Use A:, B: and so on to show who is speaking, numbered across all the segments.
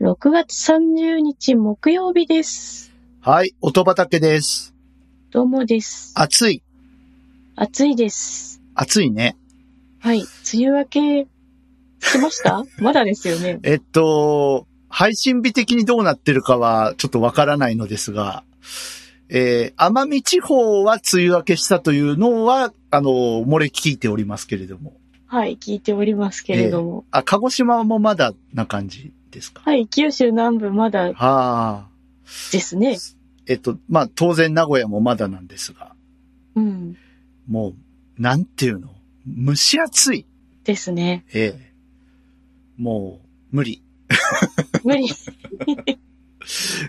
A: 6月30日木曜日です。
B: はい、音畑です。
A: どうもです。
B: 暑い、
A: 暑いです。
B: 暑いね。
A: はい。梅雨明けしてました まだですよね。
B: えっと、配信日的にどうなってるかはちょっとわからないのですが、えー、奄美地方は梅雨明けしたというのは、あの、漏れ聞いておりますけれども。
A: はい。聞いておりますけれども。
B: あ、鹿児島もまだな感じですか。
A: はい。九州南部まだ
B: はあ、
A: ですね。
B: えっと、まあ、当然名古屋もまだなんですが、
A: うん。
B: もう、なんていうの蒸し暑い。
A: ですね。
B: ええもう、無理。
A: 無理。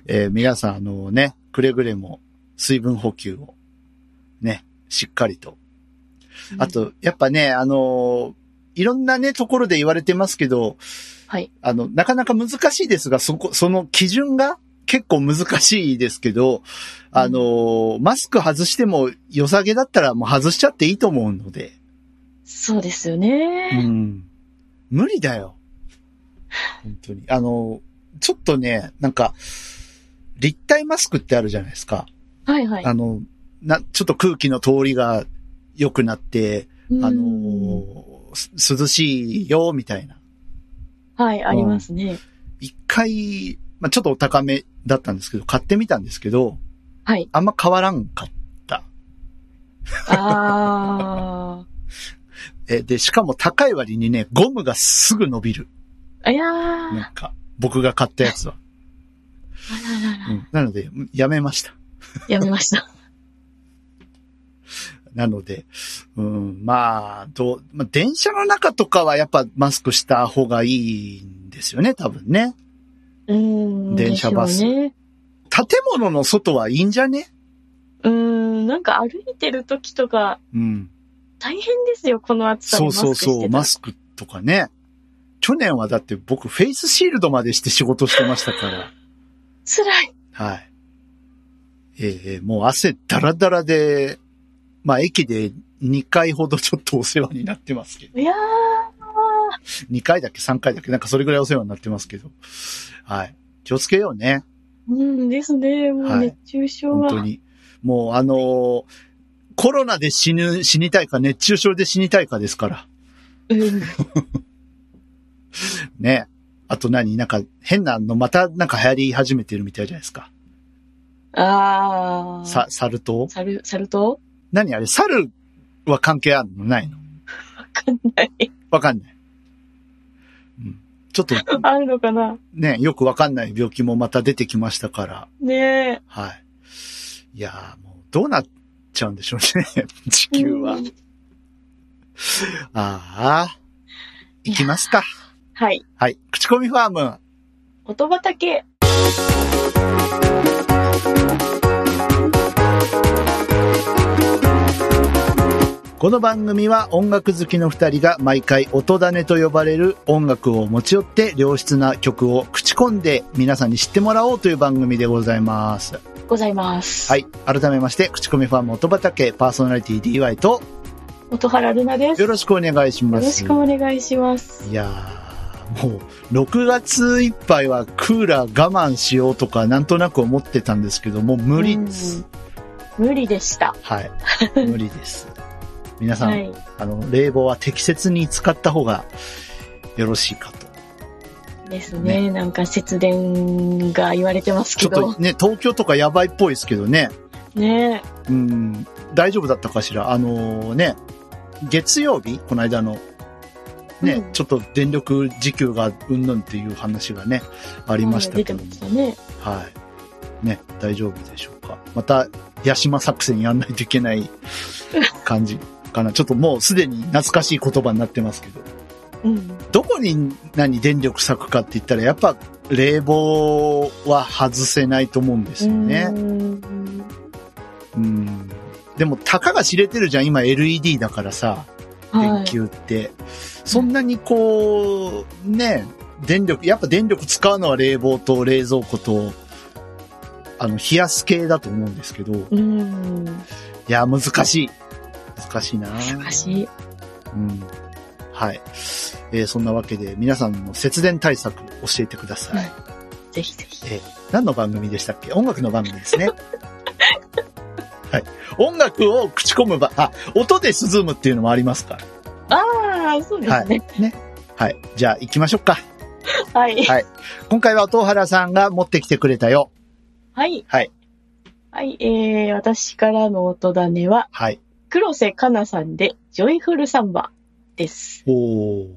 B: えー皆さん、あのね、くれぐれも水分補給をね、しっかりと。 あ
A: うん、
B: と、やっぱね、あのーいろんなね、ところで言われてますけど、
A: はい。
B: あの、なかなか難しいですが、そこ、その基準が結構難しいですけど、あのーマスク外しても良さげだったらもう外しちゃっていいと思うので、
A: そうですよ
B: う
A: ね。
B: ん。無理だよ。本当に。あのーちょっとね、なんか、立体マスクってあるじゃないですか。
A: はいはい。
B: あの、な、ちょっと空気の通りが良くなって、あ
A: うん
B: の、す涼しいよ、みたいな。
A: はい。ありますね。
B: 一回、まあ、ちょっとお高めだったんですけど、買ってみたんですけど、
A: はい。
B: あんま変わらんかっ
A: あ
B: え、で、しかも高い割にね、ゴムがすぐ伸びる。
A: ー。いやー。あ
B: なんか、僕が買ったや つは。
A: ららら
B: うんなので、やめました。
A: やめました。
B: なので、うん、まあ、どう、まあ、電車の中とかはやっぱマスクした方がいいんですよね、多分ね。
A: うん。
B: 電車バス
A: でしょうね。
B: 建物の外はいいんじゃね
A: うーん、なんか歩いてる時とか
B: うん。
A: 大変ですよ、この暑さで
B: そ
A: マ
B: う
A: スクしてたら。
B: そうそう、マスクとかね。去年はだって僕フェイスシールドまでして仕事してました から。
A: 辛い。
B: はい。ええもう汗だらだらで、まあ駅で2回ほどちょっとお世話になってますけど。
A: いやー、
B: 2回だっけ3回だっけなんかそれぐらいお世話になってますけど。はい。気をつけようね。
A: うんですね。もう
B: はい
A: 熱中症
B: 本
A: は。
B: 当に。もうあのーコロナで死ぬ、死にたいか、熱中症で死にたいかですから。
A: うん、
B: ね。あと何なんか変なの、またなんか流行り始めてるみたいじゃないですか。
A: あー。
B: さ、サル痘
A: サル、サルと
B: 何あれ猿は関係あるのないの
A: わかんない。
B: わかんない。うん。ちょっと
A: あるのかな
B: ね、よくわかんない病気もまた出てきましたから、
A: ねえ。
B: はい。いやーもうどうなっちゃうんでしょうね、 地球は。
A: うん
B: ああ、行きますか。
A: はい。
B: はい。口コミファーム。
A: 音畑。
B: この番組は音楽好きの二人が毎回音種と呼ばれる音楽を持ち寄って良質な曲を口コんで皆さんに知ってもらおうという番組でございます。
A: ございます。
B: はい。改めまして、口コミファン音畑パーソナリティ DY と
A: 音原ルナです。
B: よ
A: よ
B: ろしくお願いしま
A: ろ
B: す。
A: しくお願いします。
B: いやー、もう6月いっぱいはクーラー我慢しようとかなんとなく思ってたんですけど、もう無理です。
A: 無理でした。
B: はい。無理です。 皆さん、
A: はい。
B: あの、冷房は適切に使った方がよろしいかと。
A: ですね。なんか節電が言われてます
B: ち
A: け
B: ょっと
A: ど。
B: ね、東京とかやばいっぽいですけどね。
A: ね
B: うん、大丈夫だったかしら。あのね、月曜日、この間の、ね、
A: うん
B: ちょっと電力需給がうんぬんっていう話がね、あ
A: あ
B: りました
A: 出
B: け
A: て
B: ど
A: ま
B: も。
A: したね。
B: はい。ね、大丈夫でしょうか。また、ヤシマ作戦やんないといけない感じかな。ちょっともうすでに懐かしい言葉になってますけど。
A: うん。
B: どこに何電力割くかって言ったら、やっぱ冷房は外せないと思うんですよね。
A: うーん
B: うん。でも、たかが知れてるじゃん。今 LED だからさ、
A: は
B: 電
A: い。
B: 球って。そんなにこう、ね、電力、やっぱ電力使うのは冷房と冷蔵庫と、あの、冷やす系だと思うんですけど、いう
A: ーん。
B: や、難しい。難しいな
A: 難しい。
B: うん。はい。えーそんなわけで、皆さんの節電対策教えてください。
A: ぜひぜひ。
B: 何の番組でしたっけ音楽の番組ですね。 はい。音楽を口コむば、あ、音で涼むっていうのもありますから。
A: ああ、そうですね。
B: はい。じゃあ行きましょうか。
A: はい。はい。
B: 今回は東原さんが持ってきてくれたよ。
A: はい。
B: はい。
A: はい、えー、私からの音種は、
B: はい。
A: 黒瀬かなさんで、ジョイフルサンバです。
B: おー。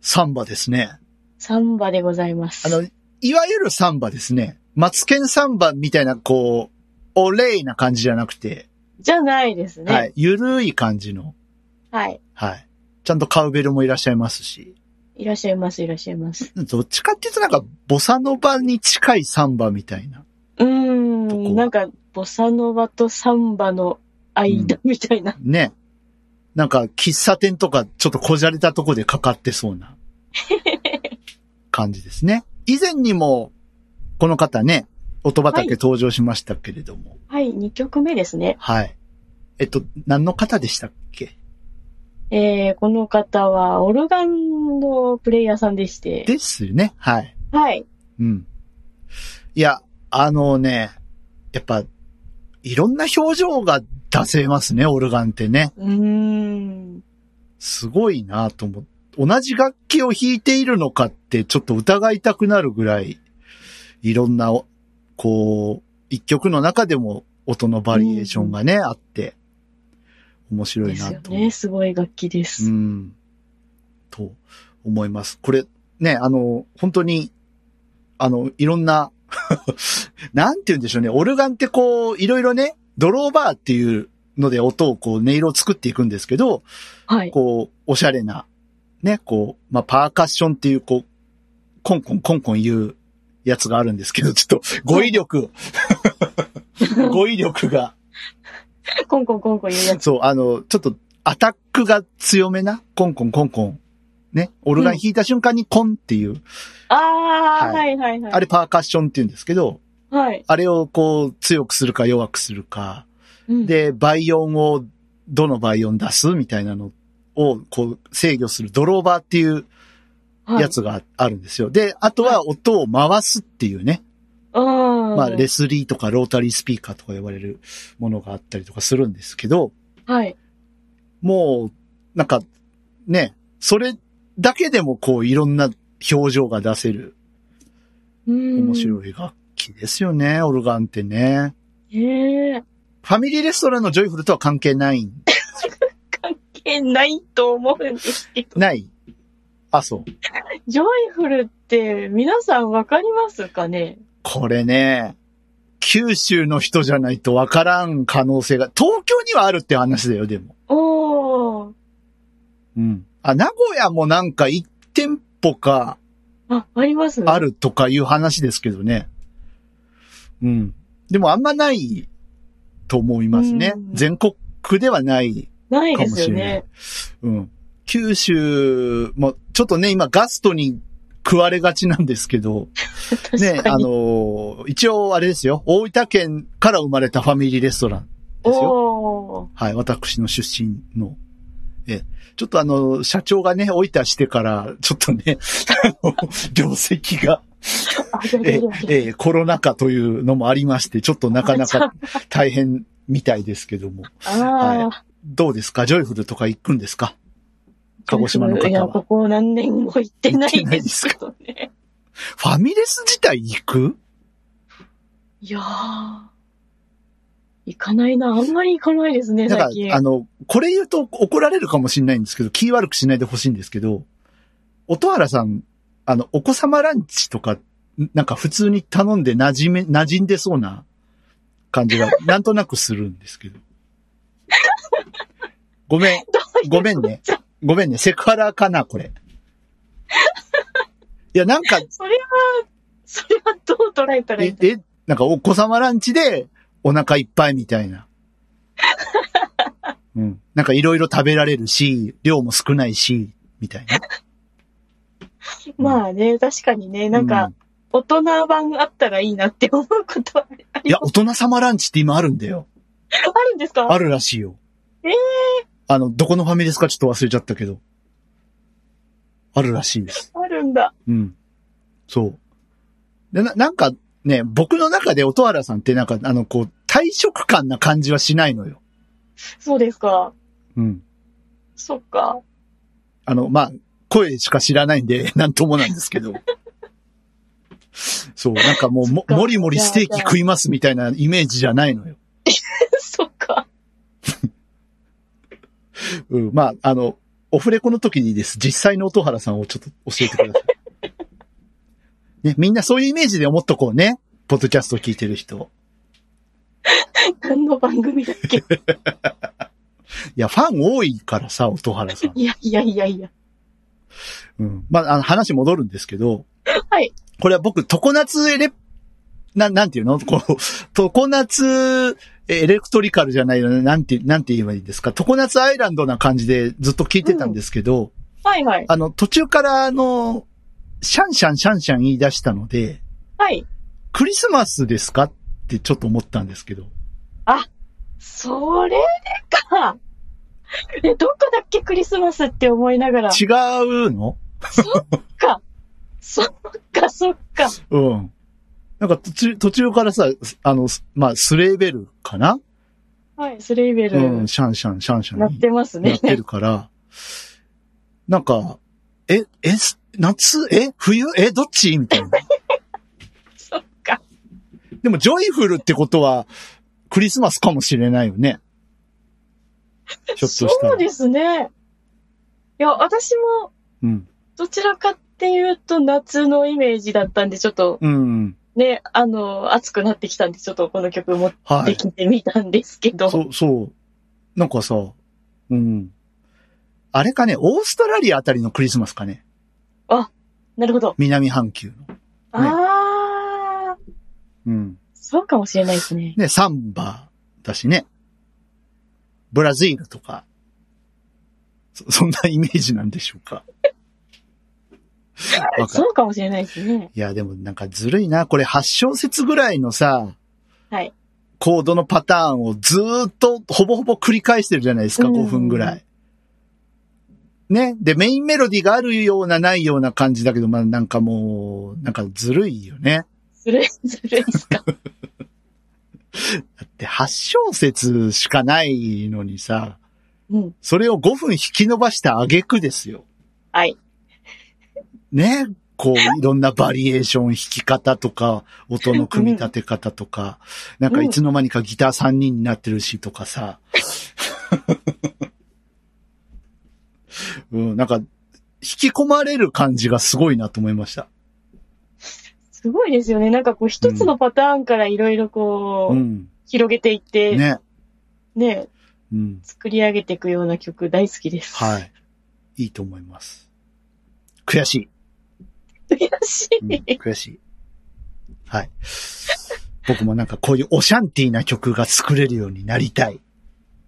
B: サンバですね。
A: サンバでございます。
B: あの、いわゆるサンバですね。マツケンサンバみたいな、こう、お礼な感じじゃなくて、
A: じゃないですね。
B: は
A: はい。
B: い。ゆるい感じの、
A: い。
B: はい。ちゃんとカウベルもいらっしゃいますし、
A: いらっしゃいます、いらっしゃいます。
B: どっちかっていうとなんか、ボサノバに近いサンバみたいな。
A: うー
B: どこ
A: ん、なんか、ボサノバとサンバの間みたいな。
B: ね。なんか、喫茶店とか、ちょっとこじゃれたとこでかかってそうな、感じですね。以前にも、この方ね、音畑登場しましたけれども、
A: はい、2曲目ですね。
B: はい。えっと、何の方でしたっけ
A: えー、この方は、オルガンのプレイヤーさんでして。
B: ですよね。はい。
A: はい。
B: うん。いや、あのね、やっぱ、いろんな表情が出せますね、オルガンってね。
A: うーん。
B: すごいなと思って。同じ楽器を弾いているのかってちょっと疑いたくなるぐらい、いろんな、こう、一曲の中でも音のバリエーションがね、あって、面白
A: で
B: いな
A: すよ
B: と思って
A: ね。すごい楽器です。
B: うん。と思います。これ、ね、あの、本当に、あの、いろんな、 なんて言うんでしょうね。オルガンってこう、いろいろね、ドローバーっていうので音をこう、音色を作っていくんですけど、
A: はい。
B: こう、おしゃれな、ね、こう、まあ、パーカッションっていう、こう、コンコンコンコン言うやつがあるんですけど、ちょっと語彙 力、語彙力が、
A: コンコンコンコン言うやつ。
B: そう、あの、ちょっとアタックが強めな、コンコンコンコン。ね、オルガン弾いた瞬間にコンっていう、
A: あー、
B: は
A: はい、はい、はい。
B: あれパーカッションって言うんですけど、
A: はい。
B: あれをこう強くするか弱くするか、
A: うん、
B: で、倍音をどの倍音出すみたいなのをこう制御するドローバーっていう
A: はい
B: や。つがあるんですよ。で、あとは音を回すっていうね、
A: うん。
B: まあレスリーとかロータリースピーカーとか呼ばれるものがあったりとかするんですけど、
A: はい。
B: もう、なんか、ね、それだけでもこういろんな表情が出せる面
A: 面い。
B: 白い楽器ですよね、オルガンってね。
A: ええ
B: ファミリーレストランのジョイフルとは関係ない、
A: 関係ないと思うんですけ ど。
B: ない。あ、そう。
A: ジョイフルって皆さんわかりますかね
B: これね、九州の人じゃないとわからん可能性が、東京にはあるって話だよ、でも。
A: おー。
B: うん。あ、名古屋もなんか一店舗か
A: あ、あります
B: あるとかいう話ですけどね。うん。でもあんまないと思いますね
A: う。ん
B: 全国区ではない。
A: ないですよ
B: か
A: ね。
B: うん。九州も、ちょっとね、今ガストに食われがちなんですけど、
A: 確かに。
B: ね、あのー一応あれですよ。大分県から生まれたファミリーレストランですよ。
A: おー。
B: はい、私の出身の。え、ちょっとあの、社長がね、置いたしてから、ちょっとね、 あの業績が、
A: あ、じゃあ
B: え
A: 大丈夫、
B: えー、コロナ禍というのもありまして、ちょっとなかなか大変みたいですけども。
A: あー。
B: どうですかジョイフルとか行くんですか鹿児島の
A: いや、
B: 方
A: こ
B: は。
A: こ何年も行ってないですけどね。
B: ファミレス自体行く
A: いやー。行かないな。あんまり行かないです ね、
B: だか
A: 最近
B: ら、。あの、これ言うと怒られるかもしれないんですけど、気悪くしないでほしいんですけど、音原さん、あの、お子様ランチとか、なんか普通に頼んで馴染め、馴染んでそうな感じが、 なんとなくするんですけど。ごめん、ごめんね。ごめんね、セクハラかな、これ。いや、なんか、
A: それは、それはどう捉えたらいい
B: え
A: ん、だ
B: え、なんかお子様ランチでお腹いっぱいみた いな。うん。なんかいろいろ食べられるし、量も少ないし、みたいな。
A: まあね、確かにね、なん
B: う
A: か、大人版あったらいいなって思うことは あ
B: い
A: り
B: や、
A: ます。
B: 大人様ランチって今あるんだよ。
A: あるんですか
B: あるらしいよ。
A: えー
B: あの、どこのファミレスかちょっと忘れちゃったけど。あるらしいです。
A: あるんだ。
B: うん。そう。で、な、なんかね、僕の中で音原さんってなんか、あの、こう、退職感な感じはしないのよ。
A: そうですか。
B: うん。
A: そっか。
B: あの、まあ、声しか知らないんで、 なんともなんですけど。そう、なんかもうも、
A: そっか
B: もりもりステーキ食いますみたいなイメージじゃないのよ。
A: そっか。
B: うん、まあ、あの、オフレコの時にです。実際の音原さんをちょっと教えてくださ い。ね、みんなそういうイメージで思っとこうね。ポッドキャストを聞いてる人。
A: 何の番組だっけ
B: いや、ファン多いからさ、音原さん。
A: いやいやいやいや。
B: うん。まあ、あの、話戻るんですけど。
A: はい。
B: これは僕、常夏エレ、な、なんていうのこう、常夏エレクトリカルじゃないよね。なんて、なんて言えばいいですか。常夏アイランドな感じでずっと聞いてたんですけど、
A: はいはい。
B: あの、途中から、あの、シャンシャンシャンシャン言い出したので、
A: はい。
B: クリスマスですかってちょっと思ったんですけど。
A: それでか。え、どこだっけクリスマスって思いながら。
B: 違うの
A: そっかそっか。
B: うん。なんか途中、途中からさ、あの、すまあ、スレーベルかな
A: はい、スレイベル、
B: うん、シャンシャン、シャンシャン
A: なってます
B: な
A: ね
B: っ。てるから、なんか、え、え、す夏え冬えどっちみたいな。
A: そっか。
B: でも、ジョイフルってことは、クリスマスかもしれないよね。ちょっとしたら。
A: そうですね。いや、私も
B: うん。
A: どちらかっていうと夏のイメージだったんで、ちょっと
B: うん。
A: ね、あの、暑くなってきたんで、ちょっとこの曲持っ
B: は
A: て
B: い。
A: きてみたんですけど。
B: そう、そう。なんかさ、うん。あれかね、オーストラリアあたりのクリスマスかね。
A: なるほど。
B: 南半球の。
A: ああ、
B: うん。
A: そうかもしれないですね。
B: ね、サンバだしね。ブラジルとか。そ、 そんなイメージなんでしょうか。わかる
A: そうかもしれないですね。
B: いや、でもなんかずるいな。これ8小節ぐらいのさ、
A: はい。
B: コードのパターンをずーっとほぼほぼ繰り返してるじゃないですか、
A: うん
B: 5分ぐらい。ね。で、メインメロディーがあるようなないような感じだけど、まあなんかもう、なんかずるいよね。
A: ずるい、ずるいですか。
B: だって8小節しかないのにさ、
A: うん。
B: それを5分引き伸ばした挙句ですよ。
A: はい。
B: ね、こう、いろんなバリエーション、弾き方とか、音の組み立て方とか、なんかいつの間にかギター3人になってるしとかさ。うん、なんか、引き込まれる感じがすごいなと思いました。
A: すごいですよね。なんかこう、一つのパターンからいろいろこう、
B: うん。
A: 広げていって、ね
B: ね。うん。
A: 作り上げていくような曲大好きです。
B: はい。いいと思います。悔しい。
A: 悔し
B: うん
A: い。
B: 悔しい。はい。僕もなんかこういうオシャンティーな曲が作れるようになりたい。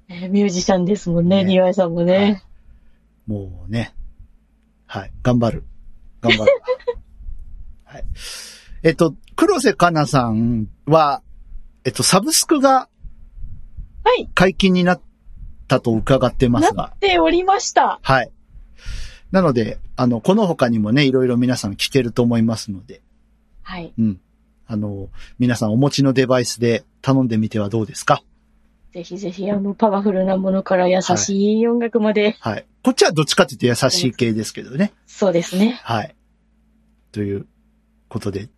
A: ねミュージシャンですもんね、
B: ね
A: 庭井さんもね。
B: もうね。はい。頑張る。頑張る。 はい。えっと、黒瀬かなさんは、えっと、サブスクが
A: はい、
B: 解禁になったと伺ってます
A: な
B: が
A: っ。ておりました。
B: はい。なので、あの、この他にもね、いろいろ皆さん聞けると思いますので、
A: はい。
B: あの、皆さんお持ちのデバイスで頼んでみてはどうですか
A: ぜひぜひ、あの、パワフルなものから優しい音楽まで。
B: はい。こっちはどっちかって言って優しい系ですけどね。
A: そうですね。
B: はい。ということで、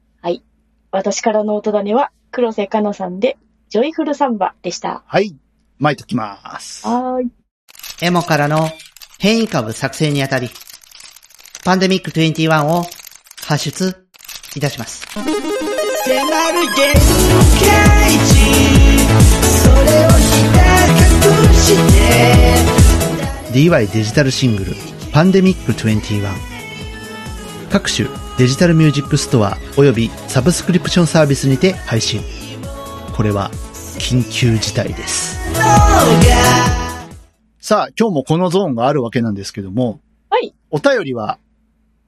A: 私からの音種は、黒瀬かなさんで、ジョイフルサンバでした。
B: はい。巻いときます。
A: はーい。
C: エモからの変異株作成にあたり、パンデミック21を発出いたします。
D: 迫る現界人それをひた隠して
C: DY デジタルシングル「パンデミック21」各種デジタルミュージックストアおよびサブスクリプションサービスにて配信これは緊急事態です
B: さあ、今日もこのゾーンがあるわけなんですけども、
A: はい。
B: お便りは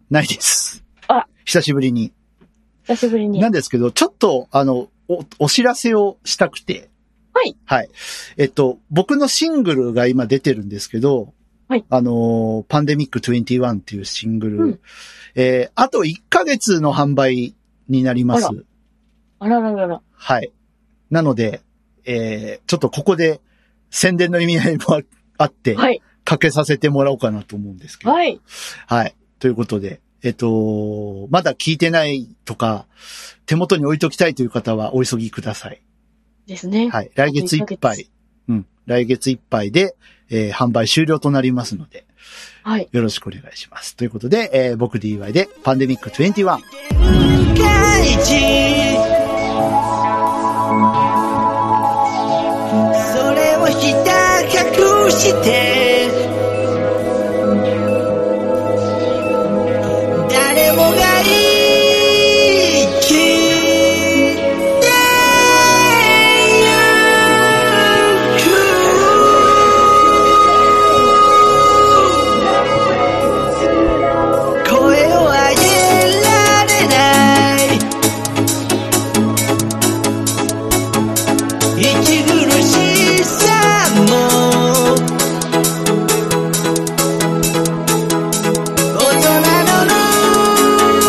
B: ないです。
A: あ
B: 久しぶりに。
A: 久しぶりに。
B: なんですけど、ちょっと、あの、お、お知らせをしたくて。
A: はい。
B: はい。えっと、僕のシングルが今出てるんですけど、
A: はい。
B: あのー、パンデミック21っていうシングル、
A: うん
B: えー、あと1ヶ月の販売になりま
A: あ
B: す。
A: あらららら。
B: はい。なので、えー、ちょっとここで宣伝の意味合いもああって、
A: はい。
B: かけさせてもらおうかなと思うんですけど。
A: はい。
B: はい。ということで、えっと、まだ聞いてないとか、手元に置いときたいという方はお急ぎください。
A: ですね。
B: はい。来月いっぱい。うん。来月いっぱいで、えー販売終了となりますので、
A: はい。
B: よろしくお願いします。ということで、えー僕 DY でパンデミック21。
D: それをひた隠して誰もが生きてゆく声を上げられない息苦しさも大人のの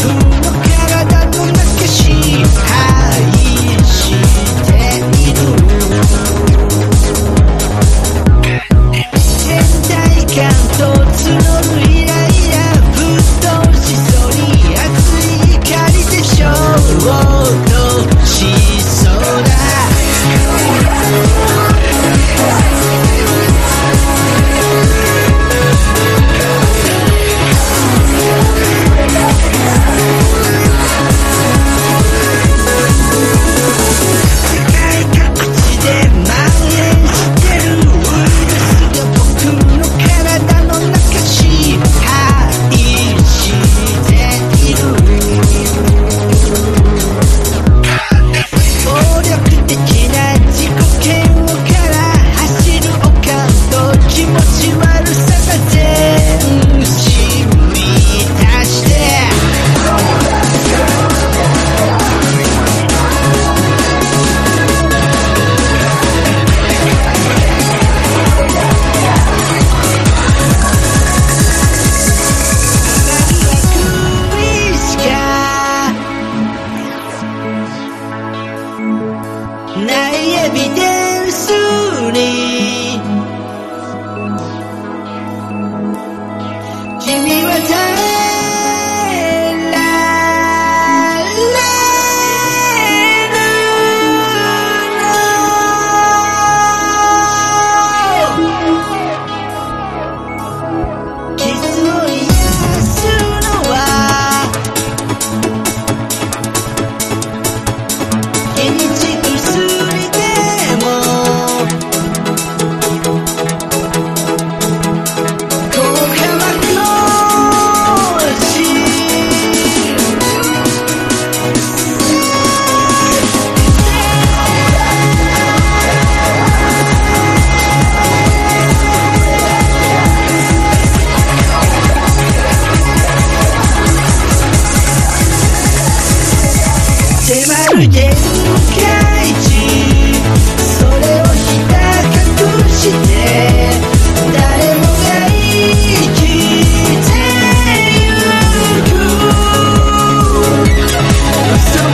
D: 体の中支配している全体感と募るイライラ沸騰しそうに熱い怒りでしょうとしそうだ世界各地で蔓延してるウイルスが僕の体の中支配している暴力的な自己嫌悪から走るおかんと気持ち悪さが全身満たしてしかないエビデンスに君は耐えられるの傷を癒すのは日にち薬でも効果はこし迫る限界値それをひた隠して誰もが生きてゆく嘘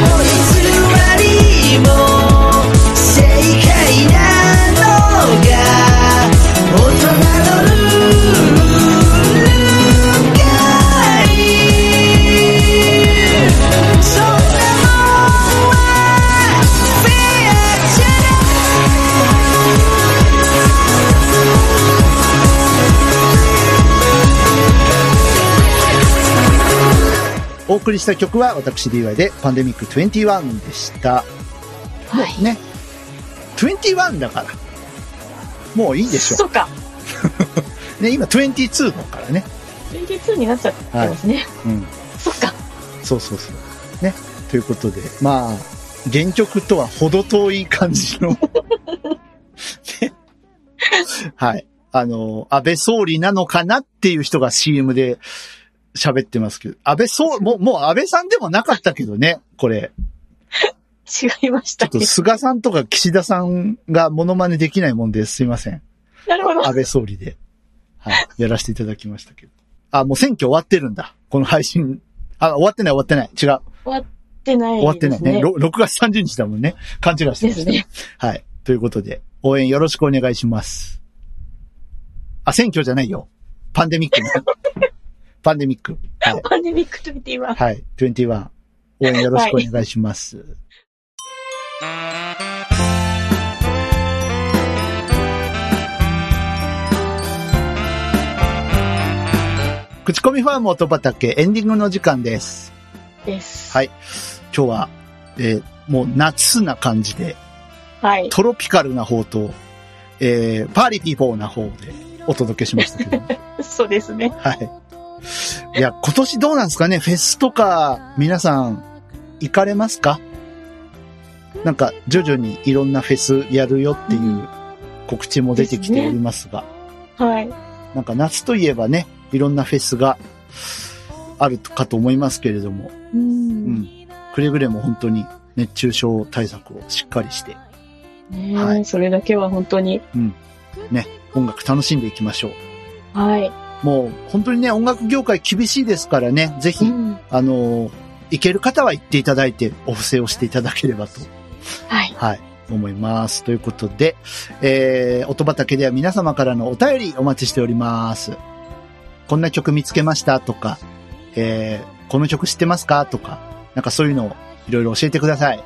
D: も偽りも正解なのが大人のルールがいい「そんなもんはフェアじゃない」
B: お送りした曲は私 DY でパンデミック21でした。
A: はい。
B: ね。21だから。もういいでしょ
A: そっか。
B: う。ね、今22のからね。
A: 22になっちゃってますね。
B: うん。
A: そっか。
B: そうそうそう。ね。ということで、まあ、原曲とは程遠い感じの、ね。はい。あの、安倍総理なのかなっていう人が CM で喋ってますけど、安倍総、もう、もう安倍さんでもなかったけどね、これ。
A: 違いまし
B: ち
A: た
B: ょっと
A: ね。
B: 菅さんとか岸田さんがモノマネできないもんですいません。
A: なるほど。
B: 安倍総理で、はい、やらせていただきましたけど。あ、もう選挙終わってるんだ。この配信。あ、終わってない終わってない。違う。
A: 終わってないですね。
B: 終わってないね。ろ6月30日だもんね。勘違いして
A: で
B: まし
A: す
B: た。
A: ね。
B: はい。ということで、応援よろしくお願いします。あ、選挙じゃないよ。パンデミックね。 パンデミック。はい。
A: パンデミックと見ています。
B: はい。21。応援よろしくお願いします。口コミファーム音畑エンディングの時間です。
A: です。
B: はい今日は、えーもう夏な感じで、
A: はい。
B: トロピカルな方と、えーパーリピーポーな方でお届けしましたけど、
A: そうですね。
B: はい。いや、今年どうなんですかねフェスとか、皆さん、行かれますかなんか、徐々にいろんなフェスやるよっていう告知も出てきておりますが、
A: はい。
B: なんか夏といえばね、いろんなフェスがあるかと思いますけれども、
A: う。
B: うんん。くれぐれも本当に熱中症対策をしっかりして、
A: ねえ
B: はい
A: それだけは本当に。
B: ね、音楽楽しんでいきましょう。
A: はい。
B: もう本当にね、音楽業界厳しいですからね、ぜ
A: う
B: ひ、
A: ん。
B: あの、行ける方は行っていただいて、お布施をしていただければと、
A: はい。
B: はい、思います。ということで、えー、音畑では皆様からのお便りお待ちしております。こんな曲見つけましたとか、えー、この曲知ってますかとか、なんかそういうのをいろいろ教えてください。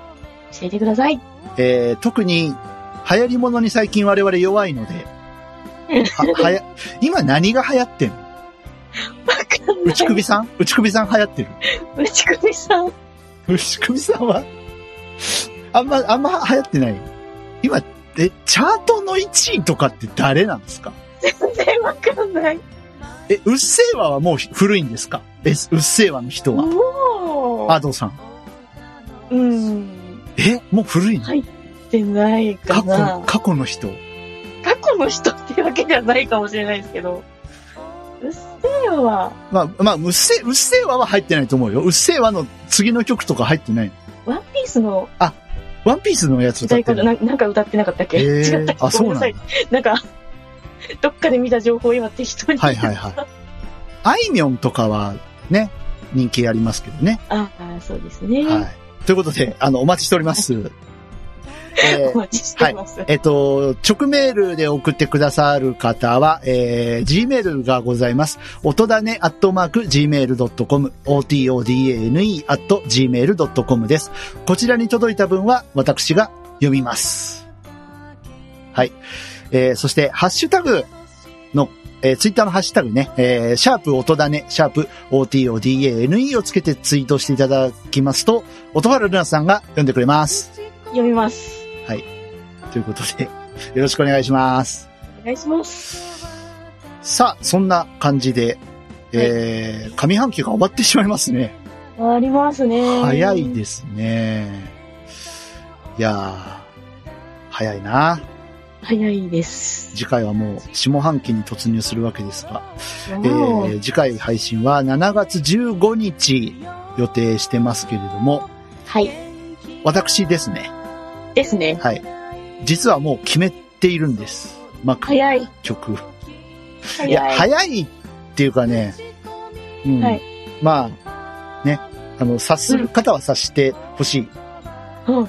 A: 教えてください。
B: えー特に流行り物に最近我々弱い ので、ははや今何が流行ってんの
A: わかんない。
B: 内 首さん内首さん流行ってる
A: 内首さん。
B: 牛首さんは、あんま、あんま流行ってない。今、え、チャートの1位とかって誰なんですか
A: 全然わかんない。
B: え、うっせぇわはもう古いんですかえ、うっせぇわの人は。
A: もう。
B: アドさん。
A: Mm. うん。
B: え、もう古いの
A: 入ってないか
B: 過
A: な
B: 去、。過去の人。
A: 過去の人ってわけじゃないかもしれないですけど。うっせぇわ。
B: まあ、まあ、うっせ、うっせぇわは入ってないと思うよ。うっせぇわの次の曲とか入ってないの
A: ワンピースの
B: ワンピースのやつ
A: 時
B: 歌っ
A: 代か
B: て
A: ら
B: る。
A: ななんか歌ってなかったっけ、
B: えー
A: 違ったっけ
B: あ、そうなんだ。
A: ごめんなさい。なんか、どっかで見た情報を今適当に。
B: はいはいはい。あいみょんとかは、ね、人気ありますけどね。
A: ああ、そうですね。
B: はい。ということで、あの、お待ちしてお ります。えー
A: お待ちしてます。
B: えっと、直メールで送ってくださる方は、えー、gmail がございます。音だね、アットマーク、gmail.com、otodane、アット、gmail.com です。こちらに届いた分は、私が読みます。はい。えー、そして、ハッシュタグの、えー、ツイッターのハッシュタグね、えー、シャープ音だね、シャープ otodane をつけてツイートしていただきますと、音原ルナさんが読んでくれます。
A: 読みます。
B: ということで、よろしくお願いします。
A: お願いします。
B: さあ、そんな感じで、えー、上半期が終わってしまいますね。
A: ありますね。
B: 早いですね。いやー、早いな。
A: 早いです。
B: 次回はもう下半期に突入するわけですが、え
A: もう
B: ー、次回配信は7月15日予定してますけれども、
A: はい。
B: 私ですね。
A: ですね。
B: はい。実はもう決めているんです。まあ、
A: 早い。
B: 曲。
A: 早い。
B: いや、早いっていうかね、うん。
A: はい
B: まあ、ね、あの、察する方は察してほしい、
A: うん
B: うん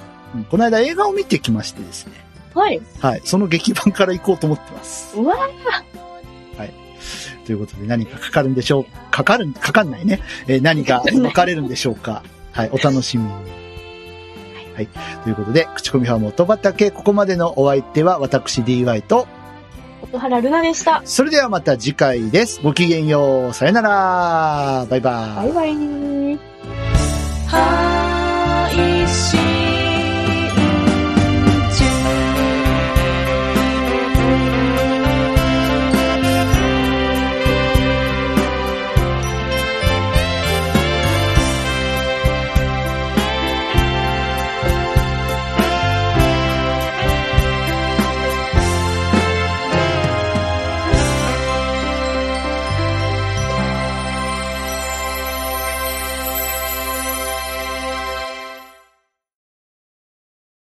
B: この間映画を見てきましてですね。
A: はい。
B: はい。その劇版から行こうと思ってます。
A: うわ
B: ということで何かかかるんでしょうかかる、かかんないね。えー何が書かれるんでしょうかはい。お楽しみに。はい。ということで、口コミファーム音畑、ここまでのお相手は私 DY と、
A: 音原ルナでした。
B: それではまた次回です。ごきげんよう。さよなら。バイバ
A: バ
B: イ
A: イバイ。
D: 配信